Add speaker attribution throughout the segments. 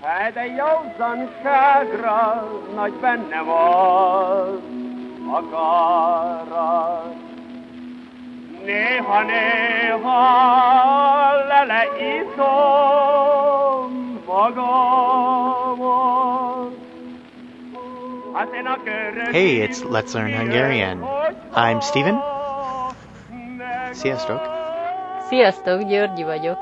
Speaker 1: Hát de józanságra nagy benne van akarat. Néha-néha lele iszom magamon. Hát én a köröm
Speaker 2: Hey, it's Let's Learn Hungarian. I'm Steven. Sziasztok!
Speaker 3: Sziasztok, Györgyi vagyok.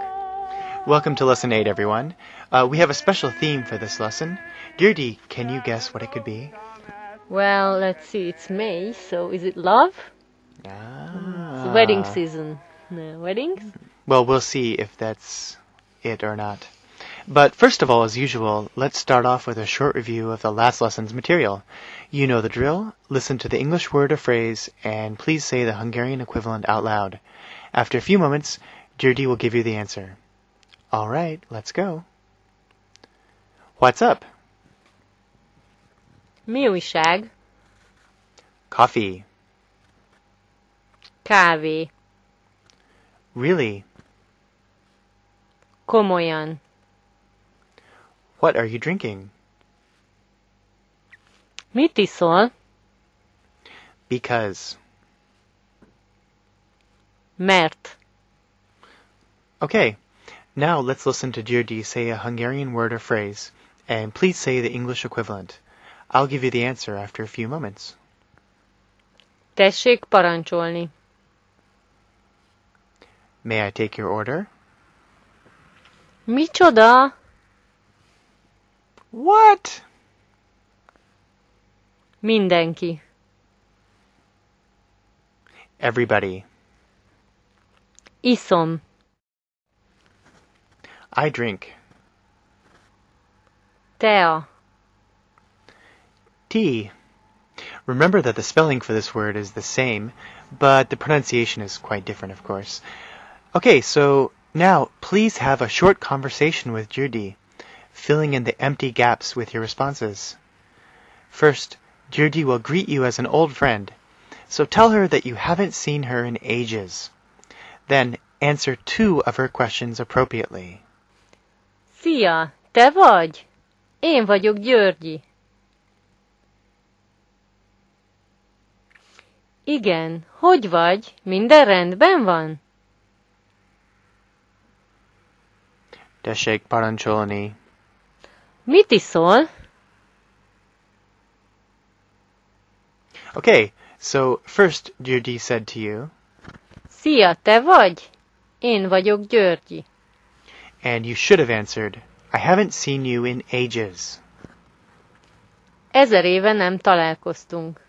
Speaker 2: Welcome to Lesson 8, everyone. Uh, we have a special theme for this lesson. Dirty, can you guess what it could be?
Speaker 3: Well, let's see, it's May, so is it love? It's
Speaker 2: Ah.
Speaker 3: wedding season. No, weddings?
Speaker 2: Well, we'll see if that's it or not. But first of all, as usual, let's start off with a short review of the last lesson's material. You know the drill. Listen to the English word or phrase, and please say the Hungarian equivalent out loud. After a few moments, Jirdi will give you the answer. All right, let's go. What's up?
Speaker 3: Mi újság?
Speaker 2: Coffee.
Speaker 3: Kávé.
Speaker 2: Really?
Speaker 3: Komolyan.
Speaker 2: What are you drinking?
Speaker 3: Mit iszol?
Speaker 2: Because.
Speaker 3: Mert.
Speaker 2: Okay, now let's listen to Jirdi say a Hungarian word or phrase, and please say the English equivalent. I'll give you the answer after a few moments.
Speaker 3: Tessék parancsolni.
Speaker 2: May I take your order?
Speaker 3: Micsoda?
Speaker 2: What?
Speaker 3: Mindenki.
Speaker 2: Everybody.
Speaker 3: Iszom.
Speaker 2: I drink.
Speaker 3: Tea.
Speaker 2: Tea. Remember that the spelling for this word is the same, but the pronunciation is quite different, of course. Okay, so now please have a short conversation with Jirdi, filling in the empty gaps with your responses. First, Jirdi will greet you as an old friend, so tell her that you haven't seen her in ages. Then answer two of her questions appropriately.
Speaker 3: Szia, te vagy? Én vagyok Györgyi. Igen, hogy vagy? Minden rendben van?
Speaker 2: Tessék parancsolni.
Speaker 3: Mit iszol?
Speaker 2: Okay, so first Jirdi said to you,
Speaker 3: Szia, te vagy? Én vagyok Györgyi.
Speaker 2: And you should have answered, I haven't seen you in ages.
Speaker 3: Ezer éve nem találkoztunk.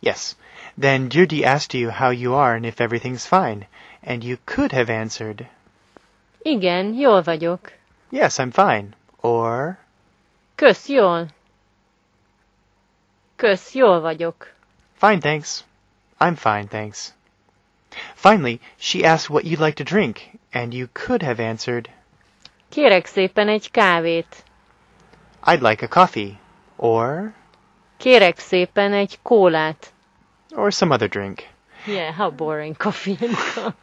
Speaker 2: Yes. Then Judy asked you how you are and if everything's fine. And you could have answered,
Speaker 3: Igen, jól vagyok.
Speaker 2: Yes, I'm fine. Or,
Speaker 3: Kösz jól. Kösz jól vagyok.
Speaker 2: Fine, thanks. I'm fine, thanks. Finally, she asked what you'd like to drink, and you could have answered,
Speaker 3: Kérek szépen egy kávét.
Speaker 2: I'd like a coffee. Or,
Speaker 3: Kérek szépen egy kólát.
Speaker 2: or some other drink.
Speaker 3: Yeah, how boring coffee and coke.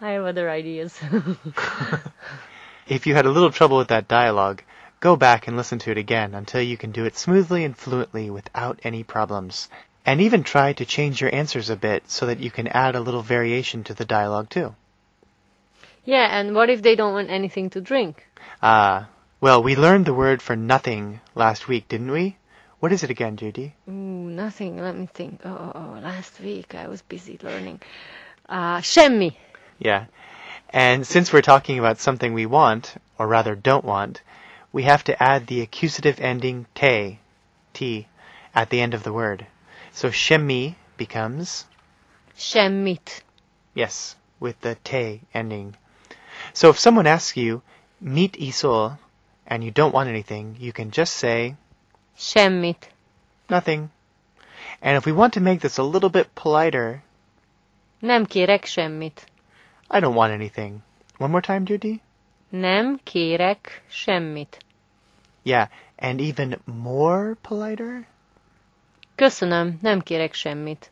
Speaker 3: I have other ideas.
Speaker 2: If you had a little trouble with that dialogue, go back and listen to it again until you can do it smoothly and fluently without any problems. And even try to change your answers a bit so that you can add a little variation to the dialogue too.
Speaker 3: yeah, and what if they don't want anything to drink?
Speaker 2: Ah, well, we learned the word for nothing last week, didn't we? What is it again, Judy?
Speaker 3: Ooh, nothing. Let me think. Oh, oh, oh, last week I was busy learning. Uh, semmi.
Speaker 2: Yeah. And since we're talking about something we want, or rather don't want, we have to add the accusative ending te, t, at the end of the word. So shemi becomes
Speaker 3: Semmit.
Speaker 2: Yes, with the te ending. So if someone asks you, meet isol, and you don't want anything, you can just say,
Speaker 3: Semmit.
Speaker 2: nothing. And if we want to make this a little bit politer,
Speaker 3: Nem kérek semmit.
Speaker 2: I don't want anything. One more time, Judy?
Speaker 3: Nem kérek semmit.
Speaker 2: Yeah, and even more politer?
Speaker 3: Köszönöm, nem kérek semmit.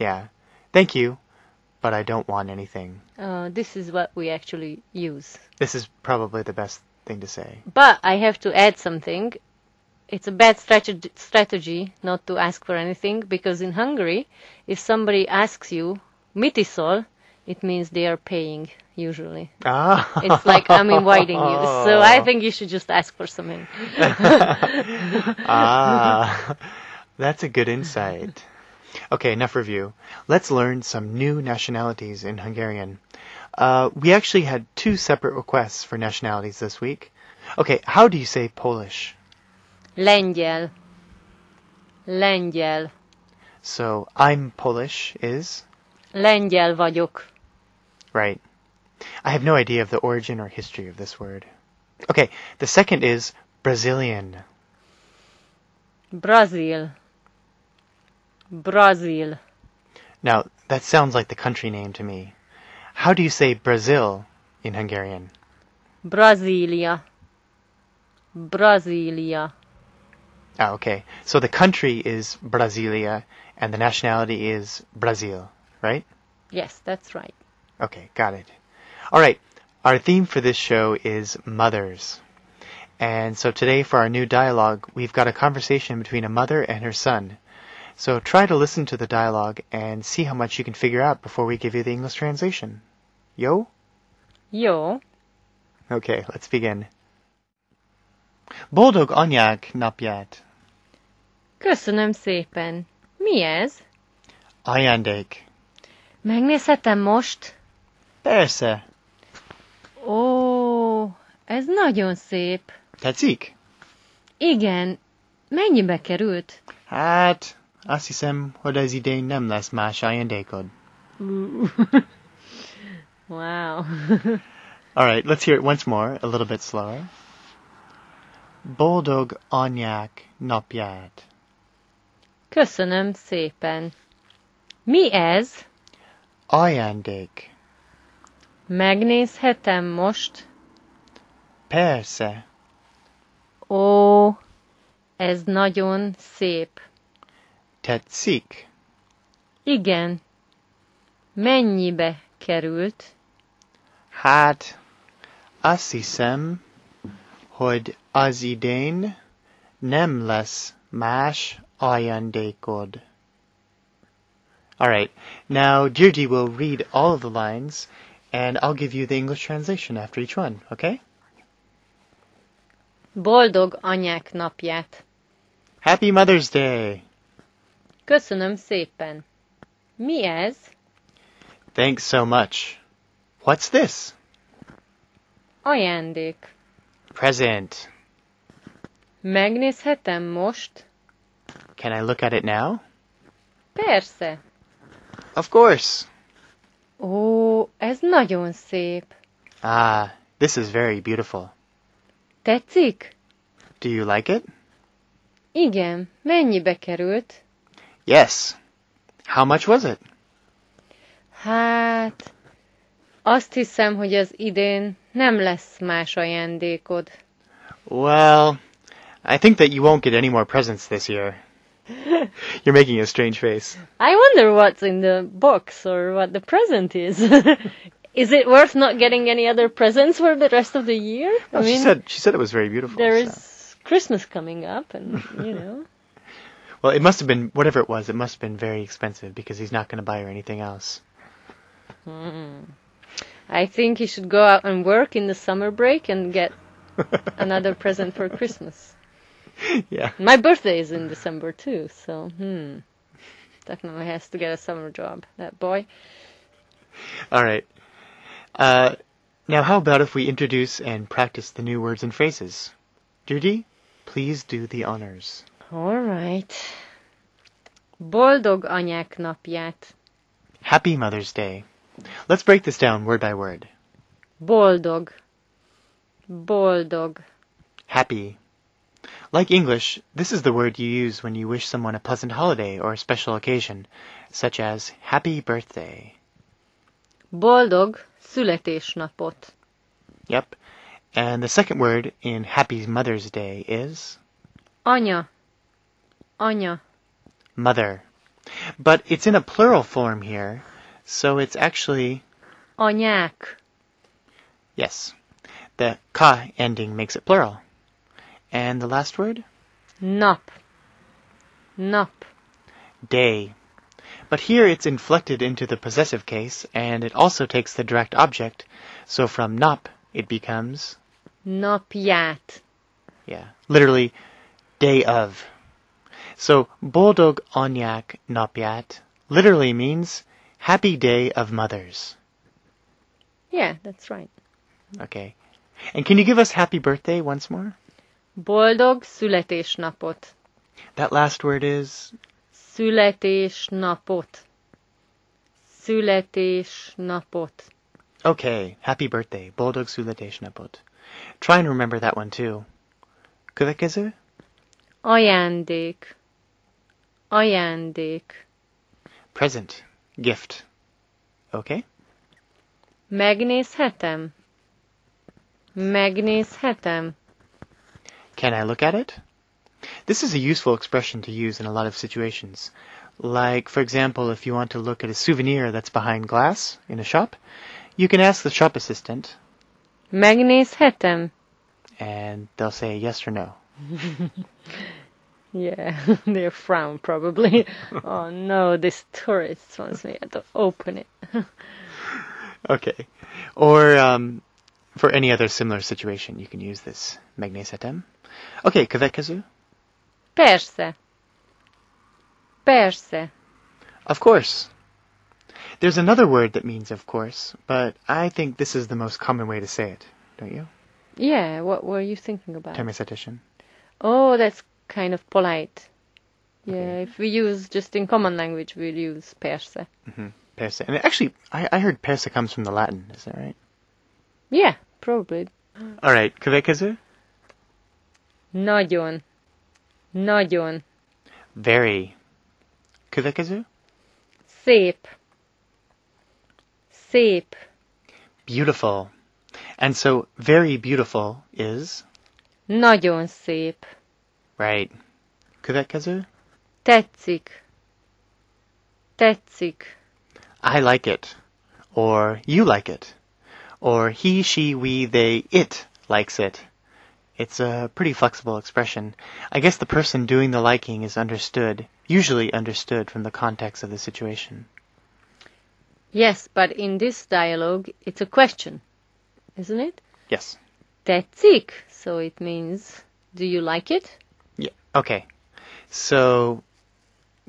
Speaker 2: Yeah, thank you, but I don't want anything.
Speaker 3: Uh, this is what we actually use.
Speaker 2: This is probably the best thing to say.
Speaker 3: But I have to add something. It's a bad strateg- strategy not to ask for anything because in Hungary, if somebody asks you mitisol, it means they are paying usually.
Speaker 2: Ah,
Speaker 3: It's like I'm inviting you. So I think you should just ask for something.
Speaker 2: ah, that's a good insight. Okay, enough review. Let's learn some new nationalities in Hungarian. Uh, we actually had two separate requests for nationalities this week. Okay, how do you say Polish?
Speaker 3: Lengyel. Lengyel.
Speaker 2: So, I'm Polish is,
Speaker 3: Lengyel vagyok.
Speaker 2: right? I have no idea of the origin or history of this word. Okay, the second is Brazilian.
Speaker 3: Brazil. Brazil.
Speaker 2: Now, that sounds like the country name to me. How do you say Brazil in Hungarian?
Speaker 3: Brazília. Brazília.
Speaker 2: Ah, okay. So the country is Brasilia and the nationality is Brazil, right?
Speaker 3: Yes, that's right.
Speaker 2: Okay, got it. All right. Our theme for this show is mothers. And so today for our new dialogue, we've got a conversation between a mother and her son. So try to listen to the dialogue and see how much you can figure out before we give you the English translation. Yo?
Speaker 3: Jó.
Speaker 2: Okay, let's begin. Boldog anyák napját.
Speaker 3: Köszönöm szépen. Mi ez?
Speaker 2: Ajándék.
Speaker 3: Megnézhetem most?
Speaker 2: Persze.
Speaker 3: Ó, ez nagyon szép.
Speaker 2: Tetszik?
Speaker 3: Igen. Mennyibe került?
Speaker 2: Hát, azt hiszem, hogy az idén nem lesz más ajándékod.
Speaker 3: Wow.
Speaker 2: Alright, let's hear it once more, a little bit slower. Boldog anyák napját.
Speaker 3: Köszönöm szépen. Mi ez?
Speaker 2: Ajándék.
Speaker 3: Megnézhetem most?
Speaker 2: Persze.
Speaker 3: Ó, ez nagyon szép.
Speaker 2: Tetszik.
Speaker 3: Igen. Mennyibe került?
Speaker 2: Hát, azt hiszem, hogy az idén nem lesz más ajándékod. Alright, now Deirdre will read all of the lines, and I'll give you the English translation after each one, okay?
Speaker 3: Boldog anyák napját.
Speaker 2: Happy Mother's Day!
Speaker 3: Köszönöm szépen. Mi ez?
Speaker 2: Thanks so much. What's this?
Speaker 3: Ajándék.
Speaker 2: Present.
Speaker 3: Megnézhetem most?
Speaker 2: Can I look at it now?
Speaker 3: Persze.
Speaker 2: Of course.
Speaker 3: Ó, ez nagyon szép.
Speaker 2: Ah, this is very beautiful.
Speaker 3: Tetszik?
Speaker 2: Do you like it?
Speaker 3: Igen. Mennyibe került?
Speaker 2: Yes. How much was it?
Speaker 3: Hát, azt hiszem, hogy az idén nem lesz más ajándékod.
Speaker 2: Well, I think that you won't get any more presents this year. You're making a strange face.
Speaker 3: I wonder what's in the box or what the present is. is it worth not getting any other presents for the rest of the year?
Speaker 2: No, she said she said it was very beautiful.
Speaker 3: there
Speaker 2: so-
Speaker 3: is Christmas coming up, and you know.
Speaker 2: Well, it must have been whatever it was. It must have been very expensive because he's not going to buy her anything else.
Speaker 3: I think he should go out and work in the summer break and get another present for Christmas.
Speaker 2: yeah.
Speaker 3: My birthday is in December too, so hmm. Definitely has to get a summer job, that boy.
Speaker 2: All right. Uh, now, how about if we introduce and practice the new words and phrases? Judy, please do the honors.
Speaker 3: All right. Boldog anyák napját.
Speaker 2: Happy Mother's Day. Let's break this down word by word.
Speaker 3: Boldog. Boldog.
Speaker 2: Happy. Like English, this is the word you use when you wish someone a pleasant holiday or a special occasion, such as happy birthday.
Speaker 3: Boldog születésnapot.
Speaker 2: Yep. And the second word in happy Mother's Day is
Speaker 3: Anya. Anya.
Speaker 2: mother. But it's in a plural form here, so it's actually
Speaker 3: Anyák.
Speaker 2: Yes. The ka ending makes it plural. And the last word?
Speaker 3: Nap. Nap.
Speaker 2: Day. But here it's inflected into the possessive case, and it also takes the direct object. So from nap, it becomes,
Speaker 3: Napját.
Speaker 2: yeah, literally, day of. So boldog onyak napját literally means happy day of mothers.
Speaker 3: Yeah, that's right.
Speaker 2: Okay. And can you give us happy birthday once more?
Speaker 3: Boldog születésnapot.
Speaker 2: That last word is
Speaker 3: Születésnapot. Születésnapot.
Speaker 2: okay. Happy birthday. Boldog születésnapot. Try and remember that one too. Következő?
Speaker 3: Ajándék. Ajándék.
Speaker 2: Present. Gift. Okay?
Speaker 3: Megnézhetem? Megnézhetem?
Speaker 2: Can I look at it? This is a useful expression to use in a lot of situations. Like, for example, if you want to look at a souvenir that's behind glass in a shop, you can ask the shop assistant,
Speaker 3: Megnézhetem?
Speaker 2: and they'll say yes or no.
Speaker 3: Yeah, they frown probably. oh no, this tourist wants me to open it.
Speaker 2: Okay. Or um, for any other similar situation, you can use this magnézetem. Okay, következő.
Speaker 3: Persze. Persze.
Speaker 2: Of course. There's another word that means of course, but I think this is the most common way to say it, don't you?
Speaker 3: Yeah, what were you thinking about?
Speaker 2: Természetesen.
Speaker 3: Oh, that's kind of polite. Yeah, if we use just in common language, we'll use perse.
Speaker 2: Persa. And actually, I, I heard Persa comes from the Latin. Is that right?
Speaker 3: Yeah, probably.
Speaker 2: All right. Következő?
Speaker 3: Nagyon. Nagyon.
Speaker 2: Very. Következő?
Speaker 3: Szép. Szép.
Speaker 2: Beautiful. And so, very beautiful is
Speaker 3: Nagyon szép.
Speaker 2: right. Következő?
Speaker 3: Tetszik. Tetszik.
Speaker 2: I like it, or you like it, or he, she, we, they, it likes it. It's a pretty flexible expression. I guess the person doing the liking is understood, usually understood from the context of the situation.
Speaker 3: Yes, but in this dialogue, it's a question, isn't it?
Speaker 2: Yes.
Speaker 3: Tetszik. So it means, do you like it?
Speaker 2: Yeah. Okay. So,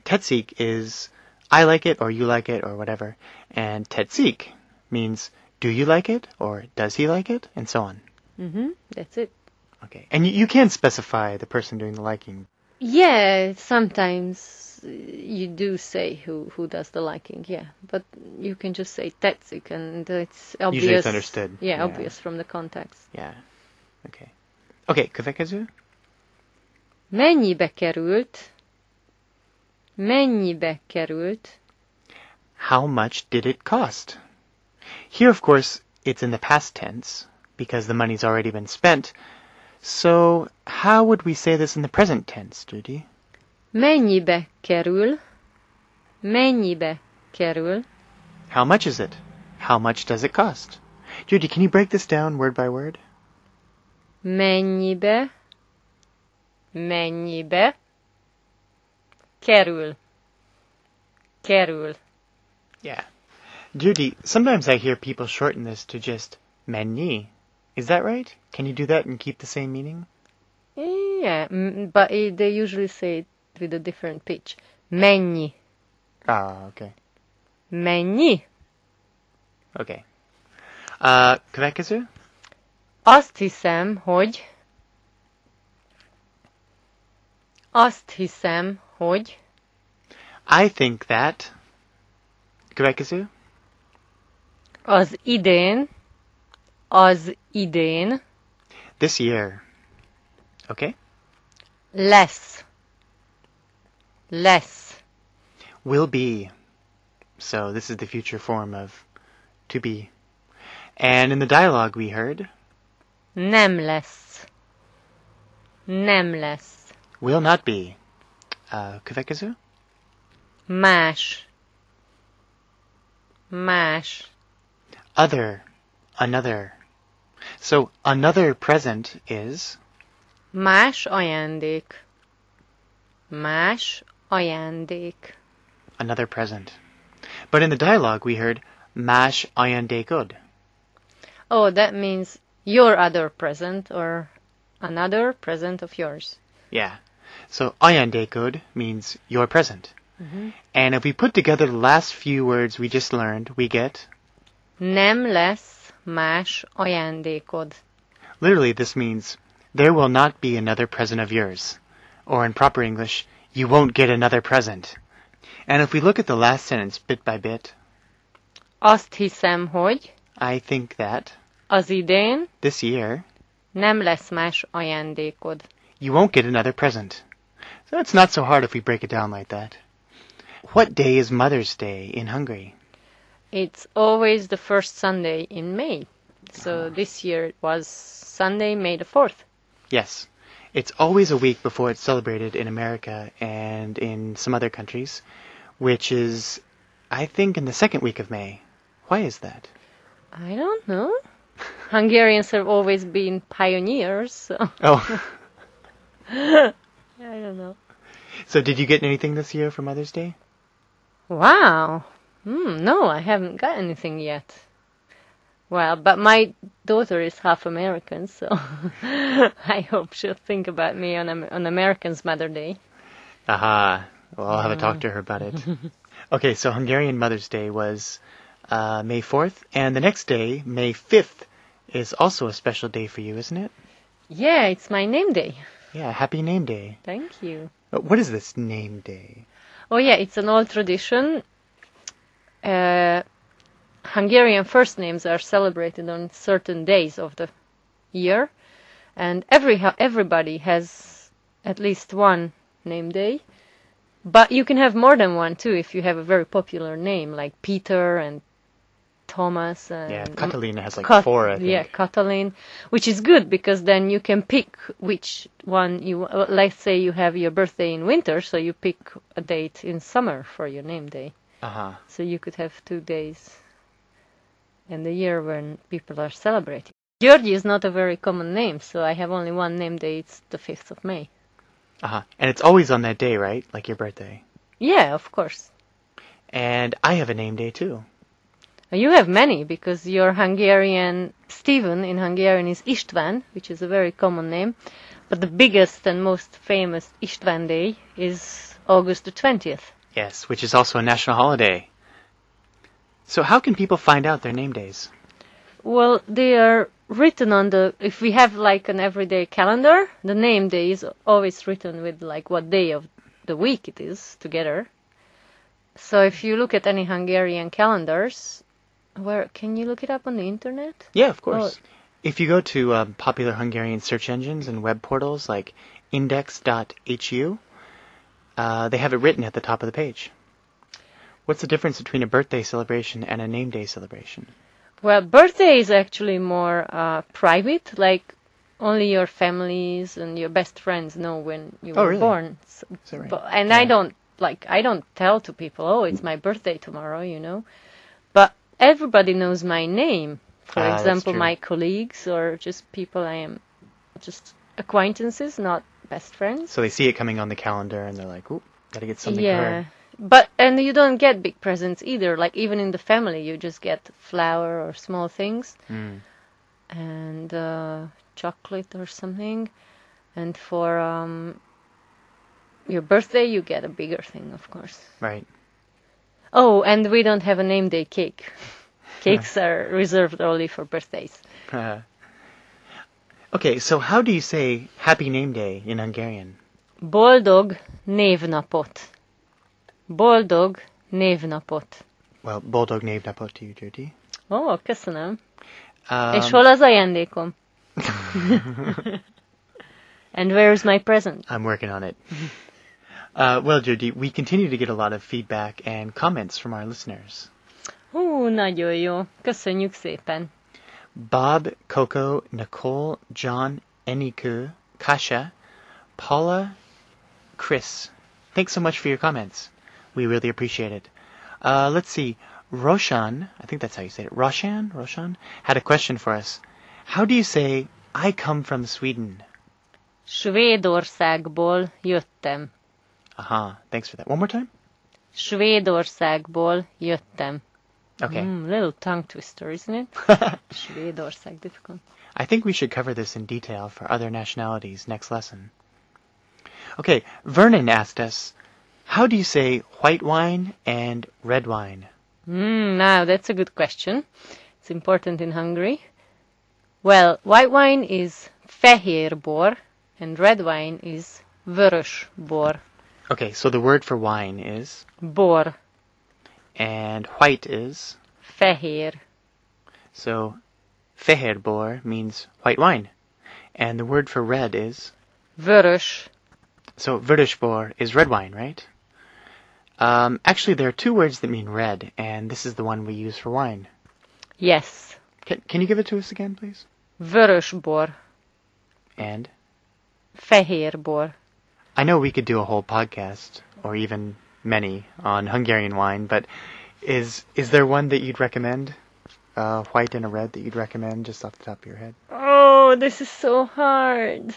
Speaker 2: tetsik is I like it or you like it or whatever, and tetsik means do you like it or does he like it and so on.
Speaker 3: That's it.
Speaker 2: Okay. And you, you can specify the person doing the liking.
Speaker 3: Yeah, sometimes uh, you do say who who does the liking, yeah. But you can just say tetszik, and it's obvious.
Speaker 2: Usually it's understood,
Speaker 3: Yeah,
Speaker 2: yeah.
Speaker 3: obvious from the context.
Speaker 2: Yeah. Okay. Okay. Következő.
Speaker 3: Mennyibe került? Mennyibe került?
Speaker 2: How much did it cost? Here, of course, it's in the past tense because the money's already been spent. So, how would we say this in the present tense, Judy?
Speaker 3: Mennyibe kerül? Mennyibe kerül?
Speaker 2: How much is it? How much does it cost? Judy, can you break this down word by word?
Speaker 3: Mennyibe? Mennyibe? Kerül. Kerül.
Speaker 2: Yeah. Judy, sometimes I hear people shorten this to just menu. Is that right? Can you do that and keep the same meaning?
Speaker 3: Yeah, m- but it, they usually say it with a different pitch. Mennyi,
Speaker 2: Ah, okay.
Speaker 3: mennyi.
Speaker 2: Okay. Uh, következő?
Speaker 3: Azt hiszem, hogy... Azt hiszem, hogy...
Speaker 2: I think that. Következő?
Speaker 3: Az idén... Az idén
Speaker 2: This year. Okay.
Speaker 3: lesz. Lesz.
Speaker 2: will be. So this is the future form of to be. And in the dialogue we heard,
Speaker 3: Nem lesz. Nem lesz.
Speaker 2: will not be. Uh, következő?
Speaker 3: Más. Más.
Speaker 2: Other. Another. So another present is
Speaker 3: Más ajándék. Más ajándék.
Speaker 2: another present. But in the dialogue, we heard mash ayandekod.
Speaker 3: Oh, that means your other present or another present of yours.
Speaker 2: Yeah. So ayandekod means your present. And if we put together the last few words we just learned, we get
Speaker 3: Nem lesz más ajándékod.
Speaker 2: literally this means there will not be another present of yours. Or in proper English, you won't get another present. And if we look at the last sentence bit by bit,
Speaker 3: Azt hiszem, hogy
Speaker 2: I think that
Speaker 3: az idén
Speaker 2: this year
Speaker 3: nem lesz más ajándékod.
Speaker 2: you won't get another present. So it's not so hard if we break it down like that. What day is Mother's Day in Hungary?
Speaker 3: It's always the first Sunday in May. So this year it was Sunday, May the 4th.
Speaker 2: Yes. It's always a week before it's celebrated in America and in some other countries, which is, I think, in the second week of May. Why is that?
Speaker 3: I don't know. Hungarians have always been pioneers, so
Speaker 2: Oh,
Speaker 3: I don't know.
Speaker 2: so did you get anything this year for Mother's Day?
Speaker 3: Wow. Hmm, no, I haven't got anything yet. Well, but my daughter is half American, so I hope she'll think about me on Am- on American's Mother Day.
Speaker 2: Aha. Well, I'll have a talk to her about it. okay, so Hungarian Mother's Day was uh, May 4th, and the next day, May 5th, is also a special day for you, isn't it?
Speaker 3: Yeah, it's my name day.
Speaker 2: Yeah, Happy Name Day.
Speaker 3: Thank you.
Speaker 2: Uh, What is this Name Day?
Speaker 3: Oh yeah, it's an old tradition. Uh, Hungarian first names are celebrated on certain days of the year, and every ha- everybody has at least one name day. But you can have more than one too if you have a very popular name like Peter and Thomas and
Speaker 2: Yeah, Catalina has like
Speaker 3: Cat-
Speaker 2: four, I think.
Speaker 3: Um, Yeah, Catalan, which is good because then you can pick which one you. uh, Let's say you have your birthday in winter, so you pick a date in summer for your name day.
Speaker 2: Uh-huh.
Speaker 3: So you could have two days in the year when people are celebrating. Georgi is not a very common name, so I have only one name day. It's the fifth of May.
Speaker 2: Uh-huh. And it's always on that day, right? Like your birthday.
Speaker 3: Yeah, of course.
Speaker 2: And I have a name day too.
Speaker 3: You have many because your Hungarian Stephen in Hungarian is István, which is a very common name, but the biggest and most famous István Day is August the 20th.
Speaker 2: Yes, which is also a national holiday. So how can people find out their name days?
Speaker 3: Well, they are written on the if we have like an everyday calendar, the name day is always written with like what day of the week it is together. So if you look at any Hungarian calendars, where can you look it up on the internet?
Speaker 2: Yeah, of course. if you go to um, popular Hungarian search engines and web portals like index.hu, uh, they have it written at the top of the page. What's the difference between a birthday celebration and a name day celebration?
Speaker 3: Well, birthday is actually more uh, private. Like only your families and your best friends know when you
Speaker 2: Oh,
Speaker 3: were
Speaker 2: really?
Speaker 3: born. So,
Speaker 2: Is that right?
Speaker 3: but, and
Speaker 2: Yeah.
Speaker 3: I don't like I don't tell to people, oh, it's my birthday tomorrow, you know. But everybody knows my name. For
Speaker 2: Ah, that's
Speaker 3: example,
Speaker 2: true.
Speaker 3: my colleagues or just people I am, just acquaintances, not best friends.
Speaker 2: So they see it coming on the calendar and they're like, "Ooh, gotta get something for
Speaker 3: yeah.
Speaker 2: her."
Speaker 3: But and you don't get big presents either. Like even in the family, you just get flour or small things
Speaker 2: Mm.
Speaker 3: and uh, chocolate or something. And for um, your birthday, you get a bigger thing, of course.
Speaker 2: Right.
Speaker 3: Oh, and we don't have a name day cake. Cakes are reserved only for birthdays.
Speaker 2: okay, so how do you say "Happy Name Day" in Hungarian?
Speaker 3: Boldog névnapot. Boldog névnapot.
Speaker 2: Well, boldog névnapot to you, Judy.
Speaker 3: Ó, köszönöm.
Speaker 2: Um,
Speaker 3: És hol az ajándékom? and where is my present?
Speaker 2: I'm working on it. uh, well, Judy, we continue to get a lot of feedback and comments from our listeners.
Speaker 3: Hú, nagyon jó. Köszönjük szépen.
Speaker 2: Bob, Coco, Nicole, John, Eniku, Kasha, Paula, Chris. Thanks so much for your comments. We really appreciate it. Uh, let's see. Roshan, I think that's how you say it. Roshan? Roshan? Had a question for us. How do you say, I come from Sweden?
Speaker 3: Svédországból jöttem.
Speaker 2: Aha, thanks for that. One more time?
Speaker 3: Svédországból jöttem.
Speaker 2: Okay.
Speaker 3: Mm, little tongue twister, isn't it? Svédország, difficult.
Speaker 2: I think we should cover this in detail for other nationalities next lesson. Okay, Vernon asked us, how do you say white wine and red wine?
Speaker 3: Mm, now that's a good question. It's important in Hungary. Well, white wine is fehér bor, and red wine is vörös bor.
Speaker 2: Okay, so the word for wine is,
Speaker 3: Bor,
Speaker 2: and white is,
Speaker 3: fehér.
Speaker 2: so feherbor means white wine. And the word for red is,
Speaker 3: Vörös,
Speaker 2: so verdishbor is red wine, right? Um, actually, there are two words that mean red, and this is the one we use for wine.
Speaker 3: yes.
Speaker 2: Can, can you give it to us again, please?
Speaker 3: Vörös bor,
Speaker 2: And
Speaker 3: fehér bor.
Speaker 2: I know we could do a whole podcast or even many on Hungarian wine, but is is there one that you'd recommend? Uh, white and a red that you'd recommend just off the top of your head?
Speaker 3: Oh, this is so hard.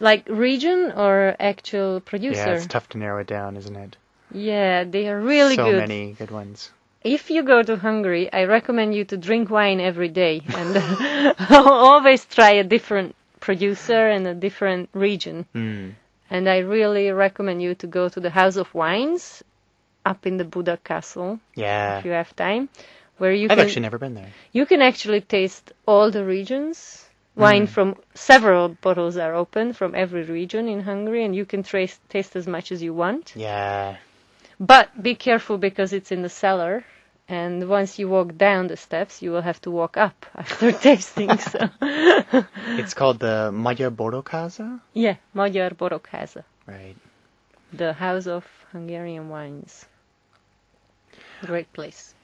Speaker 3: Like region or actual producer?
Speaker 2: Yeah, it's tough to narrow it down, isn't it?
Speaker 3: Yeah, they are really
Speaker 2: so
Speaker 3: good.
Speaker 2: many good ones.
Speaker 3: If you go to Hungary, I recommend you to drink wine every day and always try a different producer and a different region.
Speaker 2: Mm.
Speaker 3: And I really recommend you to go to the House of Wines up in the Buddha Castle
Speaker 2: Yeah.
Speaker 3: if you have time, where you
Speaker 2: I've
Speaker 3: can
Speaker 2: actually never been there.
Speaker 3: you can actually taste all the regions. Wine
Speaker 2: Hmm.
Speaker 3: from several bottles are open from every region in Hungary, and you can trace, taste as much as you want.
Speaker 2: Yeah.
Speaker 3: But be careful because it's in the cellar, and once you walk down the steps, you will have to walk up after tasting. So,
Speaker 2: It's called the Magyar Borokaza?
Speaker 3: yeah, Magyar Borokháza,
Speaker 2: Right.
Speaker 3: the house of Hungarian wines. Great place.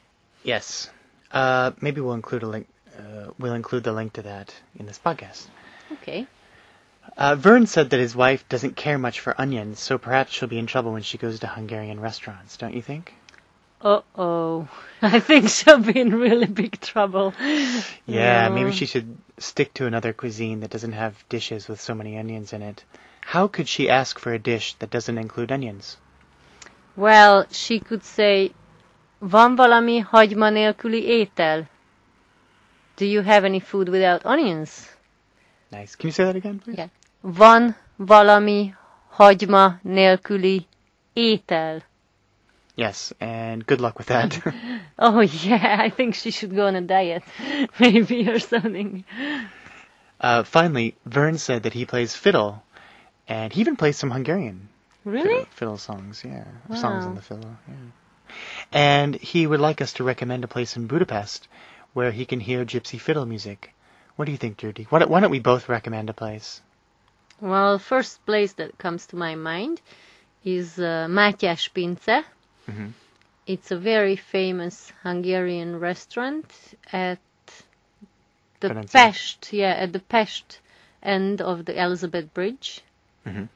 Speaker 2: Yes. Uh, maybe we'll include a link. Uh, we'll include the link to that in this podcast.
Speaker 3: Okay.
Speaker 2: Uh, Vern said that his wife doesn't care much for onions, so perhaps she'll be in trouble when she goes to Hungarian restaurants, don't you think?
Speaker 3: Uh oh, I think she'll be in really big trouble.
Speaker 2: Yeah, maybe
Speaker 3: Yeah.
Speaker 2: she should stick to another cuisine that doesn't have dishes with so many onions in it. How could she ask for a dish that doesn't include onions?
Speaker 3: Well, she could say, van valami hagyma nélküli étel? Do you have any food without onions?
Speaker 2: Nice. Can you say that again, please?
Speaker 3: Yeah. Van valami hagyma nélküli étel?
Speaker 2: Yes, and good luck with that.
Speaker 3: Oh yeah, I think she should go on a diet, maybe or something.
Speaker 2: uh, finally, Vern said that he plays fiddle, and he even plays some Hungarian.
Speaker 3: Really?
Speaker 2: Fiddle, fiddle songs, yeah. Or Songs on
Speaker 3: Wow.
Speaker 2: the fiddle, yeah. And he would like us to recommend a place in Budapest where he can hear gypsy fiddle music. What do you think, Judy? Why don't, why don't we both recommend a place?
Speaker 3: Well, first place that comes to my mind is uh, Mátyás Pince.
Speaker 2: Mhm.
Speaker 3: It's a very famous Hungarian restaurant at the
Speaker 2: Ferenc.
Speaker 3: Pest, yeah, at the Pest end of the Elizabeth Bridge.
Speaker 2: Mhm.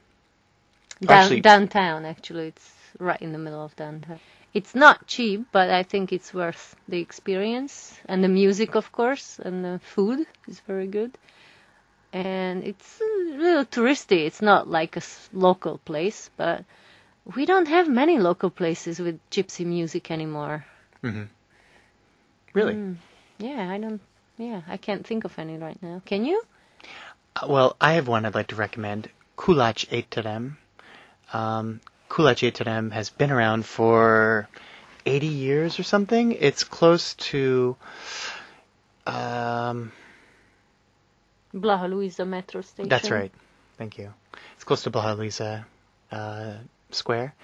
Speaker 3: Down,
Speaker 2: Actually-
Speaker 3: downtown, actually, it's right in the middle of downtown. It's not cheap, but I think it's worth the experience and the music, of course, and the food is very good and it's a little touristy. It's not like a s- local place, but we don't have many local places with gypsy music anymore.
Speaker 2: Really?
Speaker 3: Hmm. Yeah, I don't. Yeah, I can't think of any right now. Can you?
Speaker 2: Uh, Well, I have one I'd like to recommend, Kulach Eterem. Um, Kulach Eterem has been around for 80 years or something. It's close to, um,
Speaker 3: Blaha Luisa metro station.
Speaker 2: That's right. Thank you. It's close to Blaha Luisa uh, Square,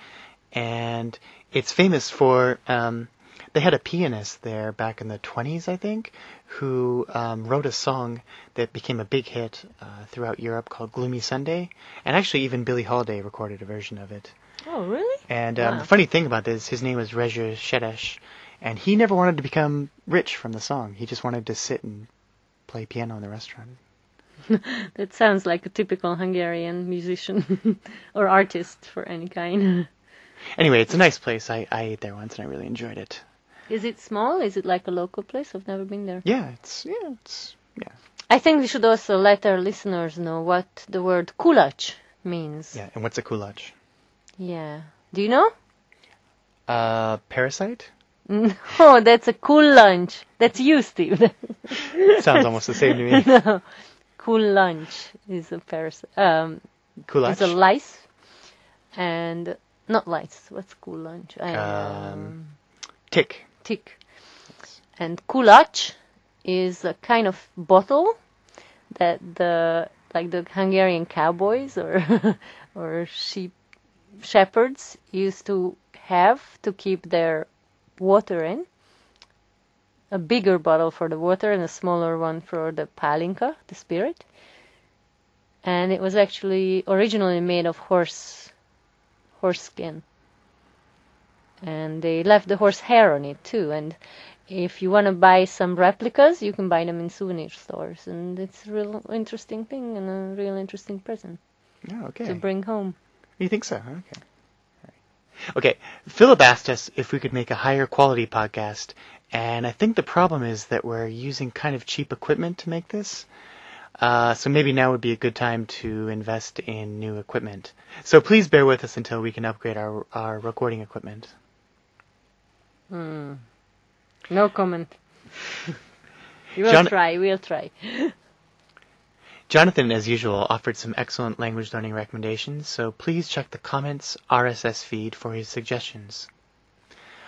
Speaker 2: and it's famous for. Um, they had a pianist there back in the 20s, I think, who um, wrote a song that became a big hit uh, throughout Europe called "Gloomy Sunday," and actually even Billie Holiday recorded a version of it.
Speaker 3: Oh, really?
Speaker 2: And um,
Speaker 3: Wow.
Speaker 2: the funny thing about this, his name was Reza Shedesh, and he never wanted to become rich from the song. He just wanted to sit and play piano in the restaurant.
Speaker 3: That sounds like a typical Hungarian musician or artist for any kind.
Speaker 2: Anyway, it's a nice place. I, I ate there once and I really enjoyed it.
Speaker 3: Is it small? Is it like a local place? I've never been there.
Speaker 2: Yeah, it's yeah, it's yeah,
Speaker 3: I think we should also let our listeners know what the word kulac means.
Speaker 2: yeah. And what's a kulach?
Speaker 3: Yeah. Do you know?
Speaker 2: Uh, parasite
Speaker 3: No, Oh, that's a kullanch. That's you, Steve.
Speaker 2: sounds almost the same to me.
Speaker 3: no. Kullanch is a parasite. Um,
Speaker 2: Kulach.
Speaker 3: It's a lice, and not lice. What's kullanch?
Speaker 2: Um, tick.
Speaker 3: tick. And kulac is a kind of bottle that the like the Hungarian cowboys or or sheep shepherds used to have to keep their water in. A bigger bottle for the water and a smaller one for the palinka, the spirit. And it was actually originally made of horse horse skin and they left the horse hair on it too. And if you want to buy some replicas, you can buy them in souvenir stores, and it's a real interesting thing and a real interesting present
Speaker 2: Oh, okay.
Speaker 3: to bring home.
Speaker 2: You think so? Okay. Alright. Okay. Philip asked us if we could make a higher quality podcast, and I think the problem is that we're using kind of cheap equipment to make this. Uh, so maybe now would be a good time to invest in new equipment. So please bear with us until we can upgrade our our recording equipment.
Speaker 3: No comment. we'll
Speaker 2: John-
Speaker 3: try. We'll try.
Speaker 2: Jonathan, as usual, offered some excellent language learning recommendations, so please check the comments RSS feed for his suggestions.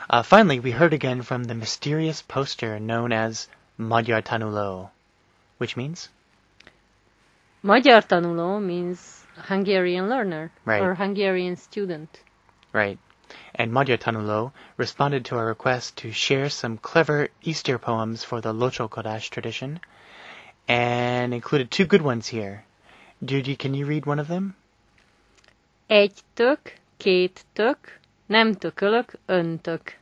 Speaker 2: Uh, finally, we heard again from the mysterious poster known as Magyar Tanulo, which means
Speaker 3: Magyar tanuló means Hungarian learner
Speaker 2: Right.
Speaker 3: or Hungarian student.
Speaker 2: right. And Magyar Tanulo responded to our request to share some clever Easter poems for the Locho Kodash tradition, and included two good ones here. Judy, can you read one of them?
Speaker 3: Egy tök, két tök, nem tökölök, öntök.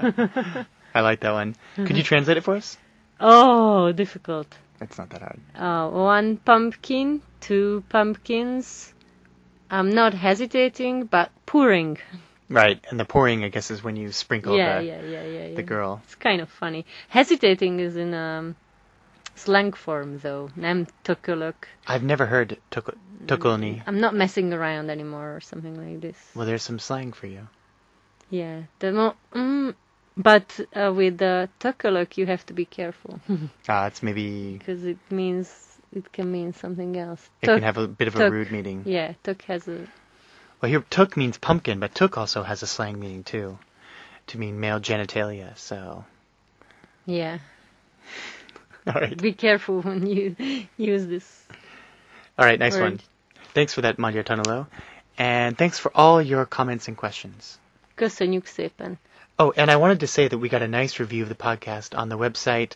Speaker 2: I like that one. Could you translate it for us?
Speaker 3: Oh, difficult.
Speaker 2: It's not that hard.
Speaker 3: uh, one pumpkin, two pumpkins. I'm not hesitating, but pouring.
Speaker 2: Right, and the pouring, I guess, is when you sprinkle
Speaker 3: yeah,
Speaker 2: the,
Speaker 3: yeah, yeah, yeah, yeah.
Speaker 2: the girl.
Speaker 3: It's kind of funny. Hesitating is in um, slang form, though. Nem tökölök.
Speaker 2: I've never heard tuk- tukulni.
Speaker 3: I'm not messing around anymore, or something like this.
Speaker 2: Well, there's some slang for you.
Speaker 3: Yeah. The mo- mm, but uh, with the tökölök, you have to be careful
Speaker 2: Ah, it's maybe
Speaker 3: because it means it can mean something else.
Speaker 2: it
Speaker 3: Tök-
Speaker 2: can have a bit of a
Speaker 3: tuk.
Speaker 2: rude meaning.
Speaker 3: yeah, tök has a
Speaker 2: Well, here tuk means pumpkin, but tuk also has a slang meaning too, to mean male genitalia. So,
Speaker 3: yeah.
Speaker 2: all right,
Speaker 3: Be careful when you use this
Speaker 2: all right, nice
Speaker 3: Word.
Speaker 2: one. Thanks for that, Magyar Tunalo, and thanks for all your comments and questions.
Speaker 3: Köszönjük szépen.
Speaker 2: Oh, and I wanted to say that we got a nice review of the podcast on the website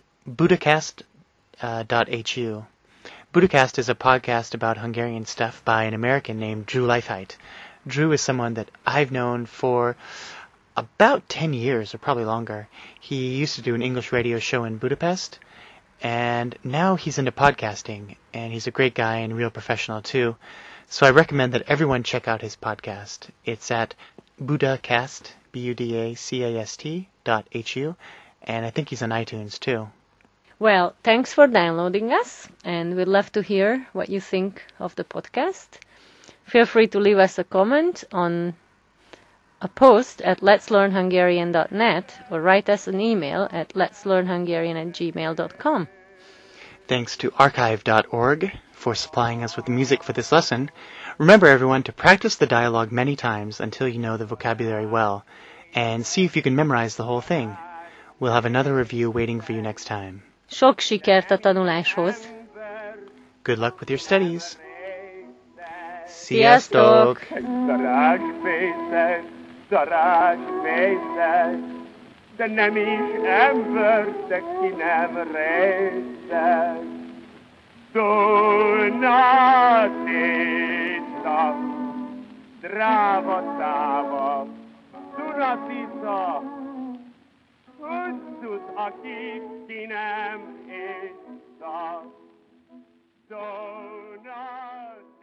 Speaker 2: uh, budacast.hu. Budacast is a podcast about Hungarian stuff by an American named Drew Leifheit. Drew is someone that I've known for about 10 years or probably longer. He used to do an English radio show in Budapest, and now he's into podcasting, and he's a great guy and real professional too. So I recommend that everyone check out his podcast. It's at budacast, B-U-D-A-C-A-S-T dot H-U, and I think he's on iTunes too.
Speaker 3: Well, thanks for downloading us, and we'd love to hear what you think of the podcast. Feel free to leave us a comment on a post at letslearnhungarian.net or write us an email at letslearnhungarian at gmail.com.
Speaker 2: Thanks to archive.org for supplying us with the music for this lesson. Remember, everyone, to practice the dialogue many times until you know the vocabulary well, and see if you can memorize the whole thing. We'll have another review waiting for you next time.
Speaker 3: Sok sikert a tanuláshoz!
Speaker 2: Good luck with your studies.
Speaker 3: Sziasztok!
Speaker 1: Egy darázsfészek, darázsfészek, de nem is ember, de ki nem részeg. Dúlna téta, dráva táva, Dunatisza, Öntszut, aki ki nem észak. Dúlna